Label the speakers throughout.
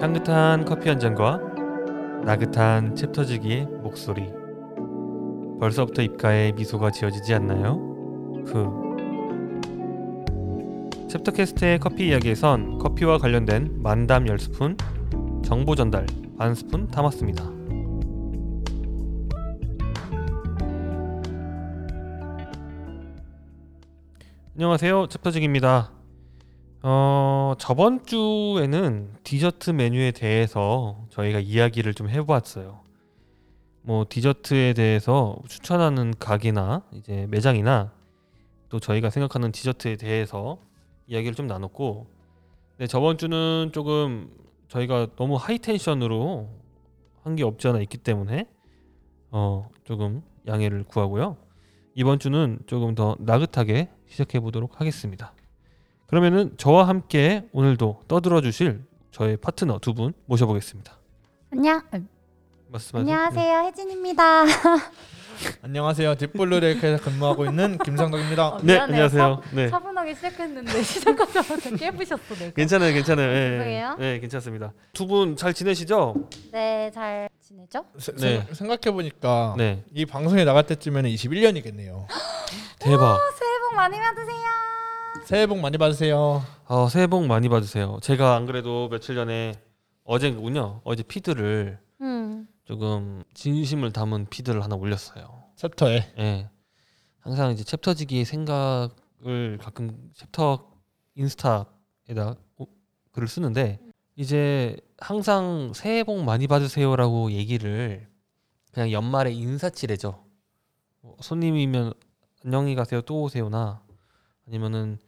Speaker 1: 향긋한 커피 한 잔과 나긋한 챕터지기의 목소리. 벌써부터 입가에 미소가 지어지지 않나요? 후. 챕터캐스트의 커피 이야기에선 커피와 관련된 만담 10스푼, 정보 전달 반 스푼 담았습니다. 안녕하세요. 챕터직입니다. 어, 저번 주에는 디저트 메뉴에 대해서 저희가 이야기를 좀 해보았어요. 뭐 디저트에 대해서 추천하는 가게나 이제 매장이나 또 저희가 생각하는 디저트에 대해서 이야기를 좀 나눴고, 근데 저번 주는 조금 저희가 너무 하이 텐션으로 한 게 없지 않아 있기 때문에 어, 조금 양해를 구하고요. 이번 주는 조금 더 나긋하게 시작해 보도록 하겠습니다. 그러면은 저와 함께 오늘도 떠들어 주실 저의 파트너 두 분 모셔보겠습니다. 아,
Speaker 2: 안녕.
Speaker 1: 말씀하세요.
Speaker 2: 안녕하세요. 혜진입니다.
Speaker 1: 네.
Speaker 3: 안녕하세요. 딥블루레이크에서 근무하고 있는 김상덕입니다.
Speaker 1: 네,
Speaker 2: 미안해요.
Speaker 1: 안녕하세요. 네.
Speaker 2: 차분하게 시작했는데 시작하자마자 깨부셨어 내가.
Speaker 1: 괜찮아요, 괜찮아요. 예, 예.
Speaker 2: 죄송해요.
Speaker 1: 네, 괜찮습니다. 두 분 잘 지내시죠?
Speaker 2: 네, 잘 지내죠?
Speaker 1: 네.
Speaker 3: 생각해 보니까
Speaker 1: 네.
Speaker 3: 이 방송이 나갈 때쯤에는 21년이겠네요.
Speaker 1: 대박.
Speaker 2: 아, 새해 복 많이 받으세요.
Speaker 3: 새해 복 많이 받으세요.
Speaker 1: 어, 새해 복 많이 받으세요. 제가 안 그래도 며칠 전에 어제군요. 어제 피드를
Speaker 2: 음.
Speaker 1: 조금 진심을 담은 피드를 하나 올렸어요.
Speaker 3: 챕터에
Speaker 1: 예. 항상 이제 챕터지기의 생각을 가끔 챕터 인스타에다 오- 글을 쓰는데 이제 항상 새해 복 많이 받으세요라고 얘기를 그냥 연말에 인사치레죠. 뭐 손님이면 안녕히 가세요 또 오세요나 아니면은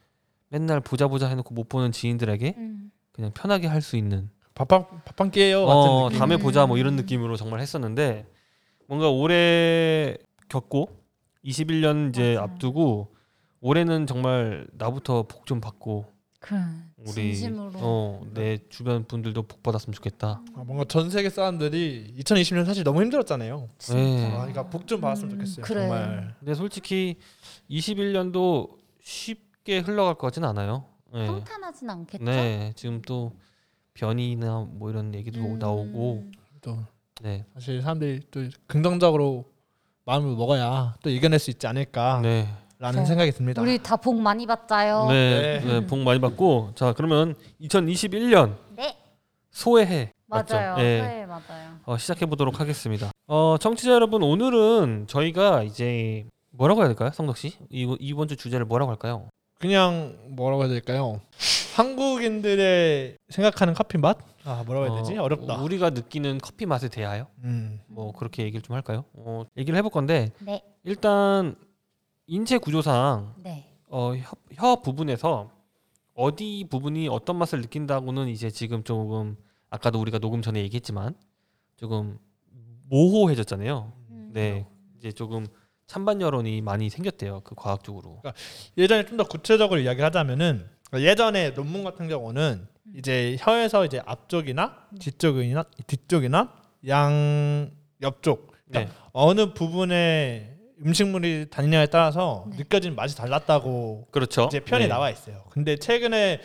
Speaker 1: 맨날 보자 보자 해놓고 못 보는 지인들에게
Speaker 2: 음.
Speaker 1: 그냥 편하게 할 수 있는
Speaker 3: 밥한 밥한 끼예요.
Speaker 1: 어,
Speaker 3: 같은 느낌.
Speaker 1: 다음에 보자 뭐 이런
Speaker 2: 음.
Speaker 1: 느낌으로 정말 했었는데 뭔가 올해 겪고 21년 이제
Speaker 2: 맞아요.
Speaker 1: 앞두고 올해는 정말 나부터 복 좀 받고
Speaker 2: 그래.
Speaker 1: 우리
Speaker 2: 진심으로. 음.
Speaker 1: 어, 내 주변 분들도 복 받았으면 좋겠다.
Speaker 3: 아, 뭔가 전 세계 사람들이 2020년 사실 너무 힘들었잖아요.
Speaker 1: 네.
Speaker 3: 아, 그러니까 복 좀 받았으면
Speaker 2: 음,
Speaker 3: 좋겠어요.
Speaker 2: 그래.
Speaker 3: 정말
Speaker 1: 근데 솔직히 21년도 쉽게 흘러갈 것 같진 않아요. 네.
Speaker 2: 평탄하진 않겠죠?
Speaker 1: 네. 지금 또 변이나 뭐 이런 얘기도
Speaker 2: 음.
Speaker 1: 나오고
Speaker 3: 또
Speaker 1: 네.
Speaker 3: 사실 사람들이 또 긍정적으로 마음을 먹어야 또 이겨낼 수 있지 않을까라는
Speaker 1: 네.
Speaker 2: 네.
Speaker 3: 생각이 듭니다.
Speaker 2: 우리 다 복 많이 받자요.
Speaker 1: 네.
Speaker 3: 네.
Speaker 1: 네. 복 많이 받고 자, 그러면 2021년
Speaker 2: 네,
Speaker 1: 소외해
Speaker 2: 맞아요.
Speaker 1: 맞죠? 예.
Speaker 2: 네, 맞아요.
Speaker 1: 어, 시작해 보도록 하겠습니다. 어, 청취자 여러분 오늘은 저희가 이제 뭐라고 해야 될까요, 성덕 씨? 이, 이번 주 주제를 뭐라고 할까요?
Speaker 3: 그냥 뭐라고 해야 될까요? 한국인들의 생각하는 커피 맛? 아 뭐라고 해야 되지?
Speaker 1: 어,
Speaker 3: 어렵다.
Speaker 1: 우리가 느끼는 커피 맛에 대하여
Speaker 3: 음.
Speaker 1: 뭐 그렇게 얘기를 좀 할까요? 어, 얘기를 해볼 건데
Speaker 2: 네,
Speaker 1: 일단 인체 구조상
Speaker 2: 네.
Speaker 1: 어, 혀, 혀 부분에서 어디 부분이 어떤 맛을 느낀다고는 이제 지금 조금 아까도 우리가 녹음 전에 얘기했지만 조금 모호해졌잖아요.
Speaker 2: 음.
Speaker 1: 네, 이제 조금 찬반 여론이 많이 생겼대요. 그 과학적으로.
Speaker 3: 예전에 좀 더 구체적으로 이야기를 하자면은 예전에 논문 같은 경우는 이제 혀에서 이제 앞쪽이나 뒤쪽이나 뒤쪽이나 양 옆쪽 그러니까
Speaker 1: 네.
Speaker 3: 어느 부분에 음식물이 다니냐에 따라서
Speaker 2: 네.
Speaker 3: 느껴지는 맛이 달랐다고
Speaker 1: 그렇죠.
Speaker 3: 이제 편에
Speaker 1: 네.
Speaker 3: 나와 있어요. 근데 최근에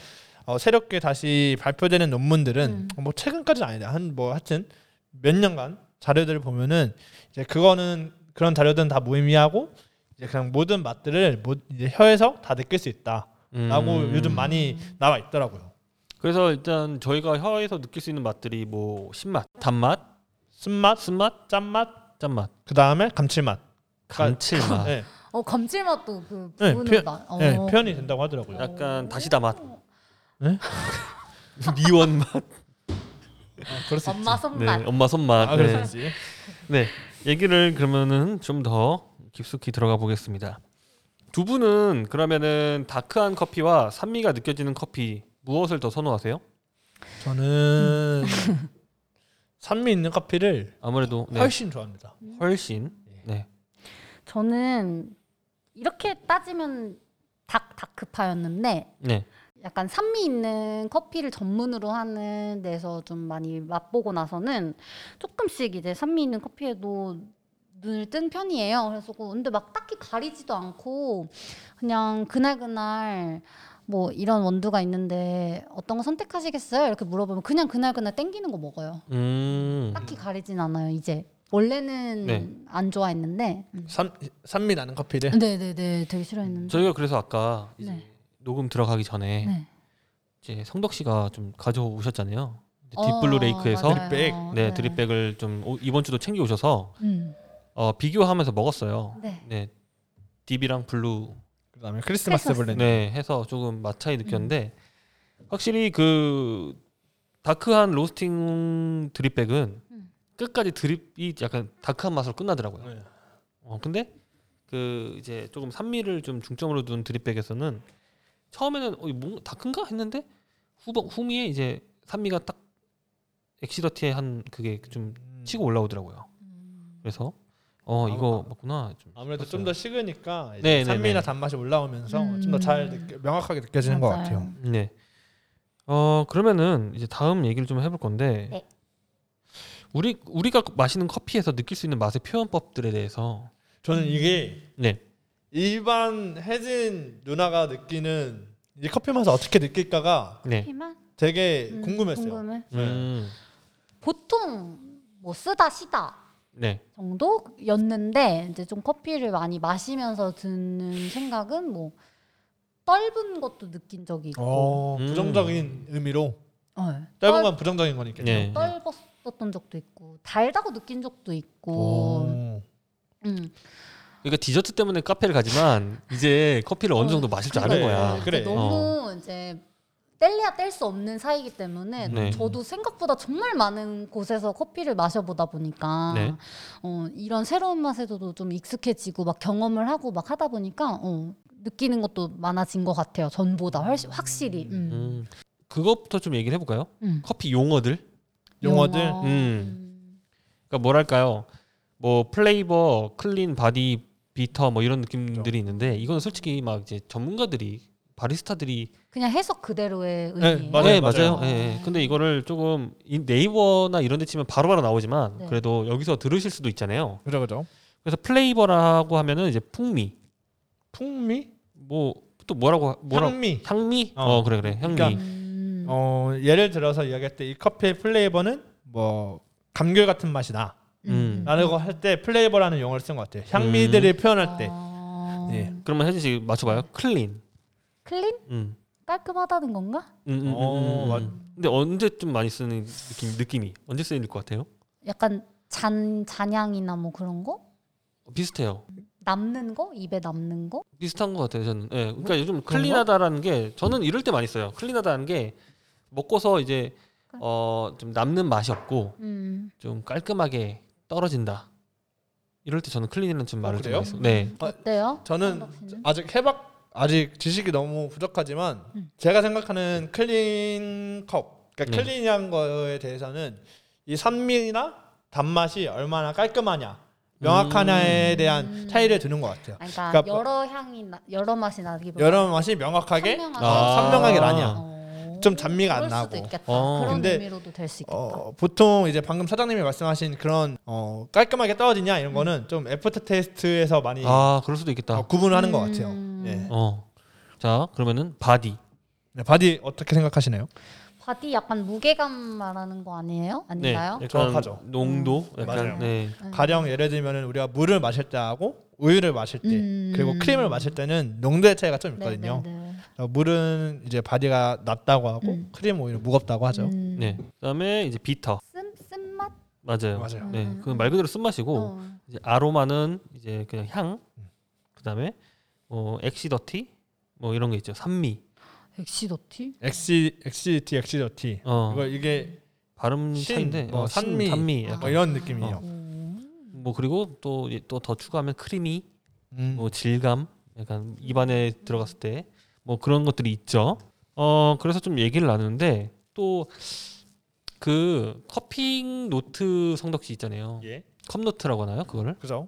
Speaker 3: 어, 새롭게 다시 발표되는 논문들은 뭐 최근까지는 아니다. 한 뭐 하여튼 몇 년간 자료들을 보면은 이제 그거는 그런 자료들은 다 무의미하고 이제 그냥 모든 맛들을 모, 이제 혀에서 다 느낄 수 있다라고
Speaker 1: 음.
Speaker 3: 요즘 많이 나와 있더라고요.
Speaker 1: 그래서 일단 저희가 혀에서 느낄 수 있는 맛들이 뭐 신맛, 단맛,
Speaker 3: 쓴맛,
Speaker 1: 쓴맛,
Speaker 3: 짠맛,
Speaker 1: 짠맛,
Speaker 3: 그 다음에 감칠맛.
Speaker 1: 감칠맛,
Speaker 3: 네,
Speaker 2: 어 감칠맛도 그
Speaker 3: 네,
Speaker 2: 부분을
Speaker 3: 표-
Speaker 2: 나. 어.
Speaker 3: 네, 표현이 된다고 하더라고요.
Speaker 1: 약간 다시다 맛,
Speaker 3: 네?
Speaker 1: 미원 맛,
Speaker 3: 아, 그럴 수 있지.
Speaker 2: 엄마 손맛.
Speaker 1: 네, 엄마 손맛.
Speaker 3: 아, 그럴 수
Speaker 1: 네.
Speaker 3: 있지.
Speaker 1: 네, 얘기를 그러면은 좀 더 깊숙이 들어가 보겠습니다. 두 분은 그러면은 다크한 커피와 산미가 느껴지는 커피 무엇을 더 선호하세요?
Speaker 3: 저는 산미 있는 커피를
Speaker 1: 아무래도 네,
Speaker 3: 훨씬 좋아합니다.
Speaker 1: 훨씬 네.
Speaker 2: 저는 이렇게 따지면 닭 다크파였는데
Speaker 1: 네.
Speaker 2: 약간 산미 있는 커피를 전문으로 하는 데서 좀 많이 맛보고 나서는 조금씩 이제 산미 있는 커피에도 눈을 뜬 편이에요. 그래서 그- 근데 막 딱히 가리지도 않고 그냥 그날 그날 뭐 이런 원두가 있는데 어떤 거 선택하시겠어요? 이렇게 물어보면 그냥 그날 그날 땡기는 거 먹어요.
Speaker 1: 음.
Speaker 2: 딱히 가리진 않아요. 이제 원래는
Speaker 1: 네.
Speaker 2: 안 좋아했는데 음.
Speaker 3: 삼, 산미 나는 커피를
Speaker 2: 네네네 되게 싫어했는데
Speaker 1: 저희가 그래서 아까 이제
Speaker 2: 네.
Speaker 1: 녹음 들어가기 전에
Speaker 2: 네.
Speaker 1: 이제 성덕 씨가 좀 가져오셨잖아요.
Speaker 2: 어,
Speaker 1: 딥블루 레이크에서
Speaker 2: 맞아요.
Speaker 3: 드립백.
Speaker 1: 네, 드립백을 좀 오- 이번 주도 챙겨 오셔서
Speaker 2: 음.
Speaker 1: 어, 비교하면서 먹었어요.
Speaker 2: 네.
Speaker 1: 네. 딥이랑 블루
Speaker 3: 그다음에 크리스마스
Speaker 2: 크리스마스.
Speaker 3: 블렌드
Speaker 1: 네, 해서 조금 맛 차이 느꼈는데
Speaker 2: 음.
Speaker 1: 확실히 그 다크한 로스팅 드립백은
Speaker 2: 음.
Speaker 1: 끝까지 드립이 약간 다크한 맛으로 끝나더라고요.
Speaker 3: 네.
Speaker 1: 어, 근데 그 이제 조금 산미를 좀 중점으로 둔 드립백에서는 처음에는 어, 이거 뭔가 다크인가 했는데 후미에 이제 산미가 딱 엑시더티에 한 그게 좀
Speaker 3: 음. 아,
Speaker 1: 치고 올라오더라고요. 그래서 어 이거 맞구나 좀
Speaker 3: 아무래도 좀
Speaker 1: 싶었어요.
Speaker 3: 더 식으니까 이제
Speaker 1: 네, 네,
Speaker 3: 산미나
Speaker 1: 네.
Speaker 3: 단맛이 올라오면서
Speaker 2: 음.
Speaker 3: 좀 더 잘 명확하게 느껴지는 것
Speaker 2: 맞아요.
Speaker 3: 같아요.
Speaker 1: 네. 어 그러면은 이제 다음 얘기를 좀 해볼 건데
Speaker 2: 네.
Speaker 1: 우리 우리가 마시는 커피에서 느낄 수 있는 맛의 표현법들에 대해서
Speaker 3: 저는 이게
Speaker 1: 네.
Speaker 3: 일반 혜진 누나가 느끼는 이 커피 맛을 어떻게 느낄까가
Speaker 1: 네.
Speaker 2: 피만?
Speaker 3: 되게
Speaker 2: 음,
Speaker 3: 예, 궁금했어요.
Speaker 2: 궁금해.
Speaker 3: 네.
Speaker 1: 음.
Speaker 2: 보통 뭐 쓰다 시다
Speaker 1: 네.
Speaker 2: 정도였는데 이제 좀 커피를 많이 마시면서 드는 생각은 뭐 떫은 것도 느낀 적이 있고
Speaker 3: 어,
Speaker 1: 음.
Speaker 3: 부정적인 의미로
Speaker 2: 네.
Speaker 3: 짧은 건 부정적인 거니까요.
Speaker 1: 네.
Speaker 2: 떫- 떫었던 적도 있고 달다고 느낀 적도 있고
Speaker 3: 오.
Speaker 2: 음.
Speaker 1: 그러니까 디저트 때문에 카페를 가지만 이제 커피를 어느 정도 마실 줄 아는
Speaker 3: 그래.
Speaker 1: 거야.
Speaker 2: 이제
Speaker 3: 그래. 어.
Speaker 2: 너무 이제 뗄래야 뗄 수 없는 사이기 때문에
Speaker 1: 네.
Speaker 2: 저도 생각보다 정말 많은 곳에서 커피를 마셔보다 보니까
Speaker 1: 네.
Speaker 2: 어, 이런 새로운 맛에도 좀 익숙해지고 막 경험을 하고 막 하다 보니까 어, 느끼는 것도 많아진 것 같아요. 전보다 훨씬 확실히. 음.
Speaker 1: 음. 그것부터 좀 얘기를 해볼까요?
Speaker 2: 음.
Speaker 1: 커피 용어들.
Speaker 3: 용어들.
Speaker 2: 용어.
Speaker 1: 음. 그러니까 뭐랄까요? 뭐 플레이버, 클린 바디, 비터 뭐 이런 느낌들이 있는데 이건 솔직히 막 이제 전문가들이 바리스타들이
Speaker 2: 그냥 해석 그대로의
Speaker 3: 네,
Speaker 2: 의미.
Speaker 3: 맞아요,
Speaker 1: 네, 맞아요. 예,
Speaker 2: 맞아요.
Speaker 1: 예. 근데 이거를 조금 이 네이버나 이런 데 치면 바로바로 나오지만
Speaker 2: 네.
Speaker 1: 그래도 여기서 들으실 수도 있잖아요.
Speaker 3: 그죠 그죠.
Speaker 1: 그래서 플레이버라고 하면은 이제 풍미.
Speaker 3: 풍미,
Speaker 1: 뭐 또 뭐라고 뭐라
Speaker 3: 향미.
Speaker 1: 향미?
Speaker 3: 어.
Speaker 1: 어, 그래 그래. 향미.
Speaker 3: 그러니까
Speaker 2: 음.
Speaker 3: 어, 예를 들어서 이야기할 때 이 커피의 플레이버는 뭐 감귤 같은 맛이다.
Speaker 1: 음.
Speaker 3: 라고 할 때 플레이버라는 용어를 쓴 것 같아요. 음. 향미들을 표현할 때.
Speaker 2: 아.
Speaker 3: 예.
Speaker 1: 그러면 혜진 씨 맞춰 봐요. 클린.
Speaker 2: 클린
Speaker 1: 음.
Speaker 2: 깔끔하다는 건가?
Speaker 1: 음, 음, 음,
Speaker 3: 어,
Speaker 1: 음, 음.
Speaker 3: 맞-
Speaker 1: 근데 언제 좀 많이 쓰는 느낌 느낌이 언제 쓰일 것 같아요?
Speaker 2: 약간 잔 잔향이나 뭐 그런 거?
Speaker 1: 비슷해요.
Speaker 2: 남는 거? 입에 남는 거?
Speaker 1: 비슷한 것 같아요. 저는. 예. 그러니까 요즘 클린하다라는 게 저는 이럴 때 많이 써요. 클린하다는 게 먹고서 이제 어 좀 남는 맛이 없고
Speaker 2: 음.
Speaker 1: 좀 깔끔하게 떨어진다. 이럴 때 저는 클린이라는 좀
Speaker 3: 어,
Speaker 1: 말을
Speaker 3: 그래요?
Speaker 1: 좀 많이 써요. 네.
Speaker 2: 어때요?
Speaker 3: 저는
Speaker 2: 상덕 씨는?
Speaker 3: 아직 해박 아직 지식이 너무 부족하지만
Speaker 2: 음.
Speaker 3: 제가 생각하는 클린 컵, 그러니까
Speaker 1: 네.
Speaker 3: 클린이란 거에 대해서는 이 산미나 단맛이 얼마나 깔끔하냐, 명확하냐에 대한
Speaker 2: 음.
Speaker 3: 차이를 두는 것 같아요.
Speaker 2: 아니, 그러니까,
Speaker 3: 그러니까
Speaker 2: 여러 향이 나, 여러 맛이 나기보다
Speaker 3: 여러 맛이 명확하게
Speaker 2: 선명하게.
Speaker 1: 아. 선명하게 나냐.
Speaker 2: 어.
Speaker 3: 좀 잔미가 안
Speaker 2: 그럴 수도
Speaker 3: 나고.
Speaker 2: 있겠다.
Speaker 1: 어.
Speaker 2: 그런
Speaker 3: 근데,
Speaker 2: 의미로도 될 수 있겠다.
Speaker 3: 어, 보통 이제 방금 사장님이 말씀하신 그런 어, 깔끔하게 떨어지냐
Speaker 2: 음.
Speaker 3: 이런 거는 좀 애프터 테스트에서 많이
Speaker 1: 아, 그럴 수도 있겠다.
Speaker 3: 어, 구분을 하는 것
Speaker 2: 음.
Speaker 3: 같아요. 예.
Speaker 1: 어. 자, 그러면은 바디.
Speaker 3: 네, 바디 어떻게 생각하시나요?
Speaker 2: 바디 약간 무게감 말하는 거 아니에요? 아닌가요?
Speaker 1: 네.
Speaker 3: 네.
Speaker 1: 약간
Speaker 3: 정확하죠.
Speaker 1: 농도 약간
Speaker 3: 맞아요.
Speaker 1: 네.
Speaker 2: 음.
Speaker 3: 가령 예를 들면은 우리가 물을 마실 때하고 우유를 마실 때
Speaker 2: 음.
Speaker 3: 네. 그리고 크림을 마실 때는 농도의 차이가 좀
Speaker 2: 네,
Speaker 3: 있거든요.
Speaker 2: 네, 네.
Speaker 3: 어, 물은 이제 바디가 낮다고 하고
Speaker 2: 음.
Speaker 3: 크림 오히려 무겁다고 하죠.
Speaker 2: 음.
Speaker 1: 네. 그다음에 이제 비터.
Speaker 2: 쓴 쓴맛.
Speaker 1: 맞아요.
Speaker 3: 맞아요.
Speaker 1: 네.
Speaker 2: 음.
Speaker 1: 그건 말 그대로 쓴맛이고
Speaker 2: 어.
Speaker 1: 이제 아로마는 이제 그냥 향 그다음에 뭐 엑시더티 뭐 이런 게 있죠 산미
Speaker 2: 엑시더티?
Speaker 3: 엑시 엑시티 엑시저티
Speaker 1: 어
Speaker 3: 이거 이게
Speaker 1: 발음
Speaker 3: 신,
Speaker 1: 차인데
Speaker 3: 뭐
Speaker 1: 어, 신,
Speaker 3: 산미,
Speaker 1: 산미
Speaker 2: 아.
Speaker 1: 약간
Speaker 3: 뭐 이런 느낌이에요.
Speaker 1: 뭐 그리고 또 또 더 추가하면 크리미
Speaker 3: 음.
Speaker 1: 뭐 질감 약간 입안에 들어갔을 때 뭐 그런 것들이 있죠 어 그래서 좀 얘기를 나누는데 또 그 커핑 노트 성덕씨 있잖아요
Speaker 3: 예,
Speaker 1: 컵노트라고 하나요 그거를
Speaker 3: 그죠?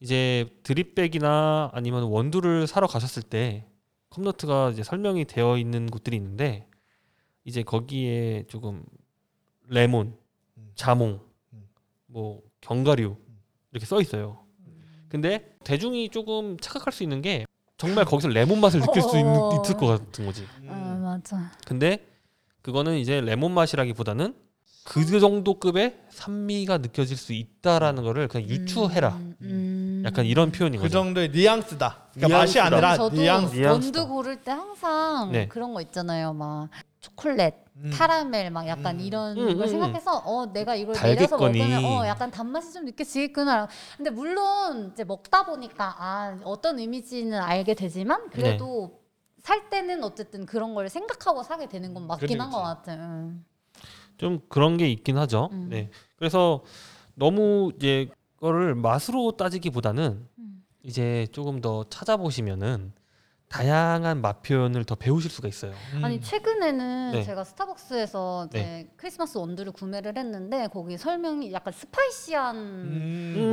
Speaker 1: 이제 드립백이나 아니면 원두를 사러 가셨을 때 컵노트가 이제 설명이 되어 있는 곳들이 있는데 이제 거기에 조금 레몬,
Speaker 3: 음.
Speaker 1: 자몽,
Speaker 3: 음.
Speaker 1: 뭐 견과류 이렇게 써 있어요. 근데 대중이 조금 착각할 수 있는 게 정말 거기서 레몬 맛을 느낄 수 있는,
Speaker 2: 어.
Speaker 1: 있을 것 같은 거지.
Speaker 3: 음.
Speaker 2: 아, 맞아.
Speaker 1: 근데 그거는 이제 레몬 맛이라기보다는 그 정도 급의 산미가 느껴질 수 있다라는 거를 그냥 유추해라.
Speaker 2: 음, 음.
Speaker 1: 약간 이런 표현인
Speaker 3: 그
Speaker 1: 거죠.
Speaker 3: 정도의 뉘앙스다. 그러니까 맛이
Speaker 1: 뉘앙스다.
Speaker 3: 아니라
Speaker 2: 저도
Speaker 3: 뉘앙스.
Speaker 1: 뉘앙스다.
Speaker 2: 원두 고를 때 항상
Speaker 1: 네.
Speaker 2: 그런 거 있잖아요. 막 초콜릿,
Speaker 3: 음.
Speaker 2: 카라멜 막 약간
Speaker 3: 음.
Speaker 2: 이런
Speaker 1: 음, 음,
Speaker 2: 걸 생각해서 어 내가 이걸 내려서
Speaker 1: 달겠거니.
Speaker 2: 먹으면 어 약간 단맛이 좀 느껴지겠구나. 근데 물론 이제 먹다 보니까 아 어떤 의미지는 알게 되지만 그래도 살 때는 어쨌든 그런 걸 생각하고 사게 되는 건
Speaker 3: 그치,
Speaker 2: 맞긴 한 것
Speaker 3: 그치.
Speaker 2: 같아요. 음.
Speaker 1: 좀 그런 게 있긴 하죠.
Speaker 2: 음.
Speaker 1: 네. 그래서 너무 이제 거를 맛으로 따지기보다는
Speaker 2: 음.
Speaker 1: 이제 조금 더 찾아보시면은 다양한 맛 표현을 더 배우실 수가 있어요.
Speaker 3: 음.
Speaker 2: 아니 최근에는
Speaker 1: 네.
Speaker 2: 제가 스타벅스에서 이제 크리스마스 원두를 구매를 했는데 거기 설명이 약간 스파이시한
Speaker 3: 음.
Speaker 1: 음.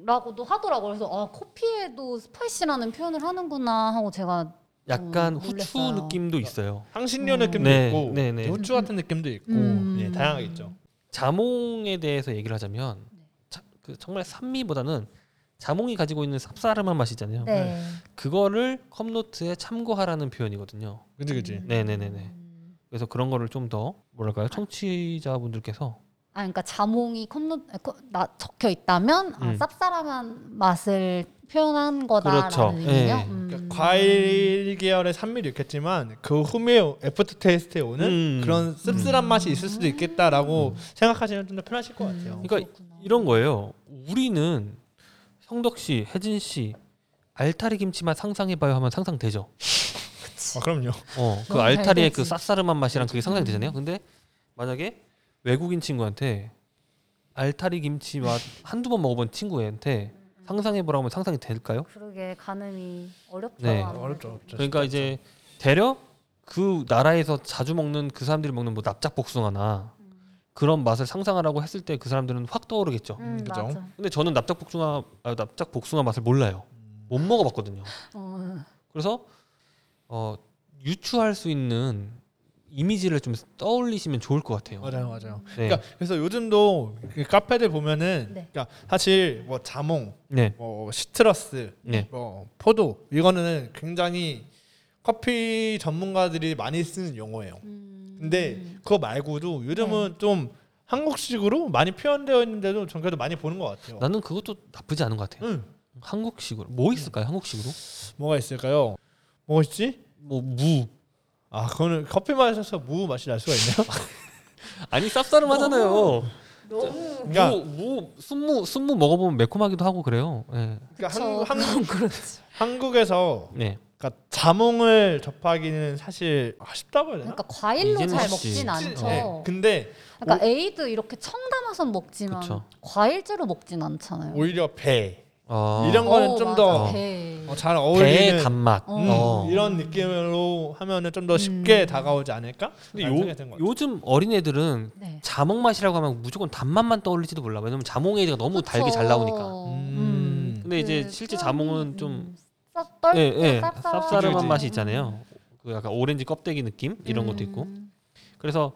Speaker 2: 어, 라고도 하더라고요. 그래서 아, 커피에도 스파이시라는 표현을 하는구나 하고 제가
Speaker 1: 약간
Speaker 2: 음,
Speaker 1: 후추
Speaker 2: 놀랐어요.
Speaker 1: 느낌도 있어요.
Speaker 3: 향신료
Speaker 2: 음.
Speaker 3: 느낌도
Speaker 1: 네,
Speaker 3: 있고
Speaker 1: 네, 네.
Speaker 3: 후추 같은 느낌도 있고
Speaker 2: 음.
Speaker 3: 예, 다양하게 있죠.
Speaker 1: 자몽에 대해서 얘기를 하자면
Speaker 2: 네.
Speaker 1: 자- 그 정말 산미보다는 자몽이 가지고 있는 쌉싸름한 맛이잖아요.
Speaker 2: 네.
Speaker 1: 그거를 컵노트에 참고하라는 표현이거든요.
Speaker 3: 그지
Speaker 2: 음.
Speaker 3: 그지.
Speaker 1: 네, 네, 네, 네. 그래서 그런 거를 좀 더 뭐랄까요 청취자분들께서
Speaker 2: 아 그러니까 자몽이 컵노 아, 컵- 나 적혀 있다면 아,
Speaker 1: 음.
Speaker 2: 쌉싸름한 맛을 표현한 거다라는
Speaker 1: 그렇죠.
Speaker 2: 의미요.
Speaker 1: 예.
Speaker 2: 음.
Speaker 3: 그러니까 과일 계열의 산미도 있겠지만 그 후미에 애프터 테이스트에 오는
Speaker 1: 음.
Speaker 3: 그런 씁쓸한 맛이 있을 수도 있겠다라고
Speaker 1: 음.
Speaker 3: 생각하시면 좀 더 편하실 것 같아요.
Speaker 2: 음,
Speaker 1: 그러니까
Speaker 2: 그렇구나.
Speaker 1: 이런 거예요. 우리는 성덕 씨, 혜진 씨 알타리 김치만 상상해봐요 하면 상상되죠.
Speaker 3: 아, 그럼요.
Speaker 1: 어, 그
Speaker 2: 너무
Speaker 1: 알타리의 그
Speaker 2: 달달지.
Speaker 1: 쌉싸름한 맛이랑 그게 상상되잖아요. 근데 만약에 외국인 친구한테 알타리 김치 맛 한두 번 먹어본 친구한테 상상해보라고 하면 상상이 될까요?
Speaker 2: 그러게 가늠이 어렵죠.
Speaker 1: 네.
Speaker 2: 아무래도.
Speaker 3: 어렵죠, 어렵죠.
Speaker 1: 그러니까 이제 대려 그 나라에서 자주 먹는 그 사람들이 먹는 뭐 납작 복숭아나 그런 맛을 상상하라고 했을 때 그 사람들은 확 떠오르겠죠.
Speaker 2: 음,
Speaker 3: 그죠?
Speaker 2: 맞아.
Speaker 1: 근데 저는 납작 복숭아 아, 납작 복숭아 맛을 몰라요. 못
Speaker 3: 음.
Speaker 1: 먹어봤거든요.
Speaker 2: 어,
Speaker 1: 그래서 어, 유추할 수 있는 이미지를 좀 떠올리시면 좋을 것 같아요.
Speaker 3: 맞아요, 맞아요.
Speaker 1: 네.
Speaker 3: 그러니까 그래서 요즘도 그 카페들 보면은
Speaker 2: 네.
Speaker 3: 그러니까 사실 뭐 자몽,
Speaker 1: 네.
Speaker 3: 뭐 시트러스,
Speaker 1: 네.
Speaker 3: 뭐 포도 이거는 굉장히 커피 전문가들이 많이 쓰는 용어예요.
Speaker 2: 음. 네.
Speaker 3: 근데 그거 말고도 요즘은 좀 한국식으로 많이 표현되어 있는데도 전 그래도 많이 보는 것 같아요.
Speaker 1: 나는 그것도 나쁘지 않은 것 같아요.
Speaker 3: 응.
Speaker 1: 한국식으로
Speaker 3: 음.
Speaker 1: 뭐 있을까요? 한국식으로
Speaker 3: 뭐가 있을까요? 뭐가 있지?
Speaker 1: 뭐무
Speaker 3: 아, 그거는 커피 마셔서 무 맛이 날 수가 있네요.
Speaker 1: 아니 쌉싸름하잖아요.
Speaker 2: 너무
Speaker 3: 그러니까,
Speaker 1: 뭐, 무, 무 순무 순무 먹어보면 매콤하기도 하고 그래요. 네.
Speaker 3: 그러니까
Speaker 2: 저-
Speaker 3: 한국, 한국,
Speaker 2: 그렇지.
Speaker 3: 한국에서
Speaker 1: 네.
Speaker 3: 그러니까 자몽을 접하기는 사실 아, 쉽다고 해야 되나?
Speaker 2: 그러니까 과일로
Speaker 1: 이제는
Speaker 2: 잘
Speaker 1: 쉽지.
Speaker 2: 먹진
Speaker 3: 쉽지-
Speaker 2: 않죠.
Speaker 3: 네. 근데
Speaker 2: 그러니까 에이드 이렇게 청담아서 먹지만
Speaker 1: 그쵸.
Speaker 2: 과일제로 먹진 않잖아요.
Speaker 3: 오히려 배
Speaker 1: 아,
Speaker 3: 이런 거는
Speaker 2: 어,
Speaker 3: 좀
Speaker 2: 맞아.
Speaker 3: 더-
Speaker 2: 배.
Speaker 3: 어, 잘
Speaker 1: 배의
Speaker 3: 어울리는
Speaker 1: 단맛.
Speaker 3: 음,
Speaker 1: 어.
Speaker 3: 이런 느낌으로 하면은 좀 더 쉽게
Speaker 2: 음.
Speaker 3: 다가오지 않을까?
Speaker 1: 근데
Speaker 3: 라는 생각이 든
Speaker 1: 요,
Speaker 3: 것 같아요.
Speaker 1: 요즘 어린애들은
Speaker 2: 네.
Speaker 1: 자몽 맛이라고 하면 무조건 단맛만 떠올릴지도 몰라. 왜냐면 자몽에이가 너무 달게 잘 나오니까.
Speaker 3: 음.
Speaker 1: 근데 이제 실제 자몽은 좀
Speaker 2: 그 음, 쌉떨
Speaker 1: 예, 예.
Speaker 3: 그치,
Speaker 1: 쌉싸름한
Speaker 3: 그치.
Speaker 1: 맛이
Speaker 2: 음.
Speaker 1: 있잖아요. 그 약간 오렌지 껍데기 느낌 이런 것도 있고.
Speaker 2: 네,
Speaker 1: 그래서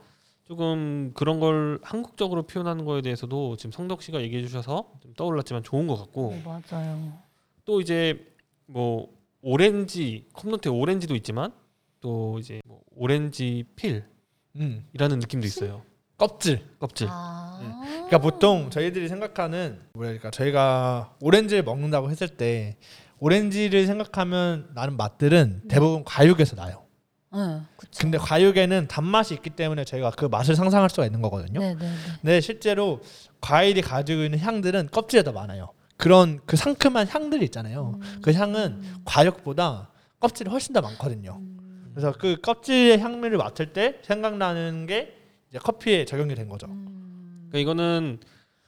Speaker 1: 조금 그런 걸 한국적으로 표현하는 거에 대해서도 지금 성덕 씨가 얘기해 주셔서 좀 떠올랐지만 좋은 것 같고
Speaker 2: 네. 맞아요.
Speaker 1: 또 이제 뭐 오렌지 컵노트에 오렌지도 있지만 또 이제 뭐 오렌지 필이라는
Speaker 3: 음.
Speaker 1: 느낌도 있어요.
Speaker 3: 껍질.
Speaker 1: 껍질.
Speaker 2: 아.
Speaker 1: 네.
Speaker 3: 그러니까 보통 저희들이 생각하는 뭐랄까 저희가 오렌지를 먹는다고 했을 때 오렌지를 생각하면 나는
Speaker 2: 음.
Speaker 3: 맛들은 대부분 과육에서 나요.
Speaker 2: 네, 그쵸.
Speaker 3: 근데 과육에는 단맛이 있기 때문에 저희가 그 맛을 상상할 수가 있는 거거든요.
Speaker 2: 네, 네,
Speaker 3: 근데 실제로 과일이 가지고 있는 향들은 껍질에 더 많아요. 그런 그 상큼한 향들이 있잖아요.
Speaker 2: 음.
Speaker 3: 그 향은 과육보다 껍질이 훨씬 더 많거든요.
Speaker 2: 음.
Speaker 3: 그래서 그 껍질의 향미를 맡을 때 생각나는 게 이제 커피에 적용이 된 거죠.
Speaker 2: 음.
Speaker 1: 그러니까 이거는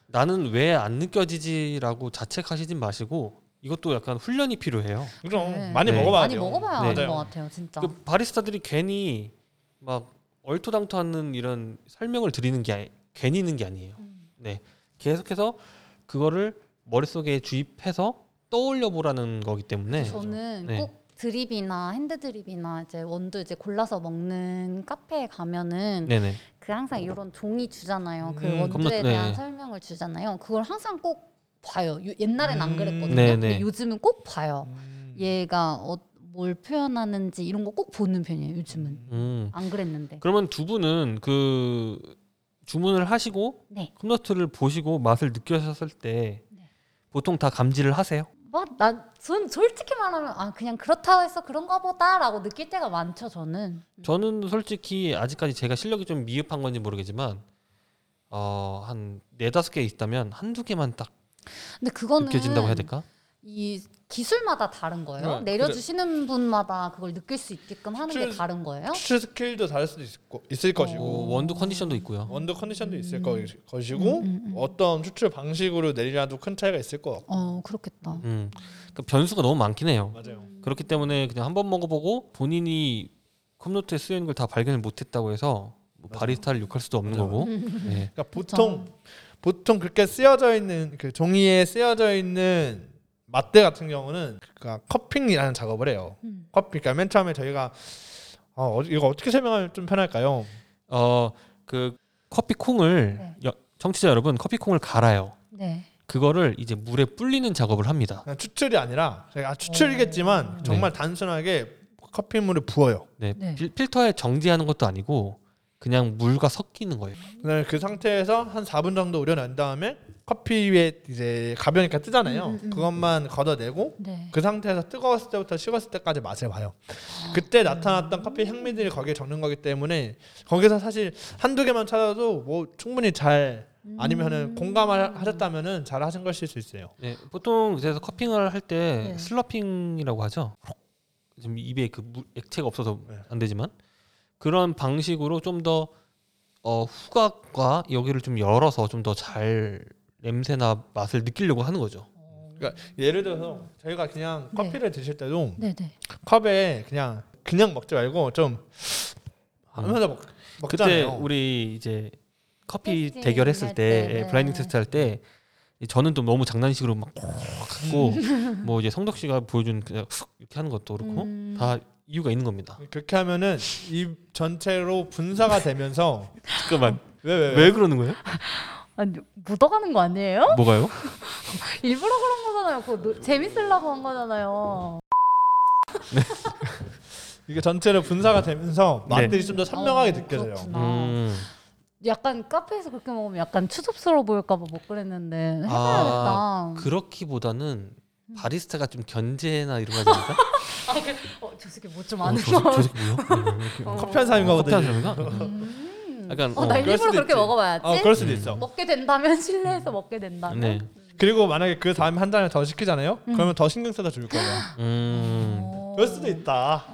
Speaker 1: 나는 왜 안 느껴지지라고 자책하시진 마시고 이것도 약간 훈련이 필요해요.
Speaker 3: 그럼
Speaker 2: 네.
Speaker 3: 많이
Speaker 1: 네.
Speaker 3: 먹어봐야
Speaker 2: 많이
Speaker 3: 돼요.
Speaker 2: 먹어봐야
Speaker 1: 네.
Speaker 2: 하는
Speaker 3: 맞아요.
Speaker 2: 것 같아요, 진짜.
Speaker 1: 그 바리스타들이 괜히 막 얼토당토하는 이런 설명을 드리는 게 아니, 괜히 있는 게 아니에요.
Speaker 2: 음.
Speaker 1: 네, 계속해서 그거를 머릿속에 주입해서 떠올려 보라는 거기 때문에
Speaker 2: 그 저는
Speaker 1: 네.
Speaker 2: 꼭 드립이나 핸드 드립이나 이제 원두 이제 골라서 먹는 카페에 가면은
Speaker 1: 네네
Speaker 2: 그 항상 이런 종이 주잖아요. 그
Speaker 3: 음,
Speaker 2: 원두에
Speaker 1: 겁나-
Speaker 2: 대한
Speaker 1: 네.
Speaker 2: 설명을 주잖아요. 그걸 항상 꼭 봐요. 요- 옛날엔
Speaker 3: 음,
Speaker 2: 안 그랬거든요.
Speaker 1: 네네.
Speaker 2: 근데 요즘은 꼭 봐요. 얘가 어, 뭘 표현하는지 이런 거 꼭 보는 편이에요. 요즘은
Speaker 1: 음.
Speaker 2: 안 그랬는데.
Speaker 1: 그러면 두 분은 그 주문을 하시고
Speaker 2: 네.
Speaker 1: 컵노트를 보시고 맛을 느끼셨을 때
Speaker 2: 네.
Speaker 1: 보통 다 감지를 하세요?
Speaker 2: 뭐나전 솔직히 말하면 아 그냥 그렇다고 해서 그런가 보다라고 느낄 때가 많죠. 저는.
Speaker 1: 저는 솔직히 아직까지 제가 실력이 좀 미흡한 건지 모르겠지만 어한 네다섯 개 있다면 한두 개만 딱
Speaker 2: 근데 그거는
Speaker 1: 느껴진다고 해야 될까? 어,
Speaker 2: 이 기술마다 다른 거예요.
Speaker 3: 네,
Speaker 2: 내려주시는 분마다 그걸 느낄 수 있게끔 하는 게
Speaker 3: 기술-
Speaker 2: 다른 거예요.
Speaker 3: 추출 스킬도 다를 수도 있을, 거, 있을 것이고
Speaker 1: 뭐 원두 컨디션도 있고요.
Speaker 3: 원두 컨디션도 있을
Speaker 2: 음.
Speaker 3: 거- 것이고
Speaker 2: 음, 음, 음.
Speaker 3: 어떤 추출 방식으로 내리냐도 큰 차이가 있을 것 같고
Speaker 2: 어 그렇겠다.
Speaker 1: 음. 그러니까 변수가 너무 많긴 해요.
Speaker 3: 맞아요.
Speaker 1: 그렇기 때문에 그냥 한 번 먹어보고 본인이 컵노트에 쓰이는 걸 다 발견을 못했다고 해서 뭐
Speaker 3: 맞아요.
Speaker 1: 바리스타를 욕할 수도 없는 거고. 네.
Speaker 3: 그러니까 보통 보통 그렇게 쓰여져 있는 그 종이에 쓰여져 있는 맛대 같은 경우는 그러니까 커핑이라는 작업을 해요.
Speaker 2: 음.
Speaker 3: 커피 그러니까 맨 처음에 저희가 어, 어, 이거 어떻게 설명하면 좀 편할까요?
Speaker 1: 어그 커피 콩을 여- 청취자 여러분 커피 콩을 갈아요.
Speaker 2: 네.
Speaker 1: 그거를 이제 물에 불리는 작업을 합니다.
Speaker 3: 그냥 추출이 아니라 저희가 아,
Speaker 2: 어.
Speaker 3: 추출이겠지만 정말 단순하게 커피물을 부어요.
Speaker 1: 네.
Speaker 2: 네.
Speaker 1: 필, 필터에 정지하는 것도 아니고 그냥 물과 섞이는 거예요.
Speaker 3: 그다음에 그 상태에서 한 4분 정도 우려낸 다음에 커피 위에 이제 가벼니까 뜨잖아요.
Speaker 2: 음, 음, 음.
Speaker 3: 그것만 걷어내고
Speaker 2: 네.
Speaker 3: 그 상태에서 뜨거웠을 때부터 식었을 때까지 맛을 봐요. 그때
Speaker 2: 아.
Speaker 3: 나타났던 커피 향미들이 거기에 적는 거기 때문에 거기서 사실 한두 개만 찾아도 뭐 충분히 잘
Speaker 2: 음.
Speaker 3: 아니면은 공감을 하셨다면은 잘 하신 것일 수 있어요.
Speaker 1: 네, 보통 그래서 커핑을 할 때
Speaker 2: 네.
Speaker 1: 슬러핑이라고 하죠. 지금 입에 그 물- 액체가 없어서
Speaker 3: 네.
Speaker 1: 안 되지만 그런 방식으로 좀 더 어, 후각과 여기를 좀 열어서 좀 더 잘 냄새나 맛을 느끼려고 하는 거죠.
Speaker 3: 그러니까 예를 들어서 저희가 그냥
Speaker 2: 네.
Speaker 3: 커피를 드실 때도
Speaker 2: 네네.
Speaker 3: 컵에 그냥 그냥 먹지 말고 좀 하면서 먹,
Speaker 1: 아. 그때
Speaker 3: 먹잖아요.
Speaker 1: 우리 이제 커피
Speaker 2: 테스팅
Speaker 1: 대결했을
Speaker 2: 할
Speaker 1: 때
Speaker 2: 때,
Speaker 1: 예,
Speaker 2: 네.
Speaker 1: 블라인딩 테스트 할 때 저는 또 너무 장난식으로 막 하고 뭐 이제 성덕 씨가 보여준 그냥 훅 이렇게 하는 것도 그렇고
Speaker 2: 음.
Speaker 1: 다 이유가 있는 겁니다.
Speaker 3: 그렇게 하면은 이 전체로 분사가 되면서
Speaker 1: 잠깐만
Speaker 3: 왜 왜 왜?
Speaker 1: 네. 왜 그러는 거예요?
Speaker 2: 아니 묻어가는 거 아니에요?
Speaker 1: 뭐가요?
Speaker 2: 일부러 그런 거잖아요. 그거 노- 재밌으려고 한 거잖아요.
Speaker 3: 이게 전체로 분사가 되면서
Speaker 1: 네.
Speaker 3: 맛들이 좀 더 선명하게
Speaker 2: 어,
Speaker 3: 느껴져요.
Speaker 2: 그렇구나.
Speaker 1: 음.
Speaker 2: 약간 카페에서 그렇게 먹으면 약간 추접스러워 보일까봐 못 그랬는데 해봐야겠다. 음.
Speaker 1: 아, 그렇기보다는 바리스타가 좀 견제나 이런 거 아닙니까?
Speaker 2: 아, 그- 어, 저 새끼 뭐 좀
Speaker 1: 어,
Speaker 2: 아는
Speaker 1: 저,
Speaker 2: 거.
Speaker 1: 저 새끼 뭐야? 음,
Speaker 2: 어.
Speaker 3: 커피 한 사람인
Speaker 1: 커피 한
Speaker 3: 거거든요.
Speaker 1: 사람인가? 네.
Speaker 2: 음.
Speaker 1: 약간
Speaker 2: 어, 나
Speaker 1: 어.
Speaker 2: 일부러
Speaker 3: 그럴 수도
Speaker 2: 그렇게
Speaker 3: 있지.
Speaker 2: 먹어봐야지.
Speaker 3: 어, 그럴 수도
Speaker 1: 음.
Speaker 3: 있어.
Speaker 2: 먹게 된다면 실내에서 먹게 된다면.
Speaker 1: 네.
Speaker 3: 그리고 만약에 그 다음에 한 잔을 더 시키잖아요.
Speaker 2: 음. 아.
Speaker 3: 그러면 더 신경 써서 줄 거예요.
Speaker 1: 음.
Speaker 2: 어.
Speaker 3: 그럴 수도 있다.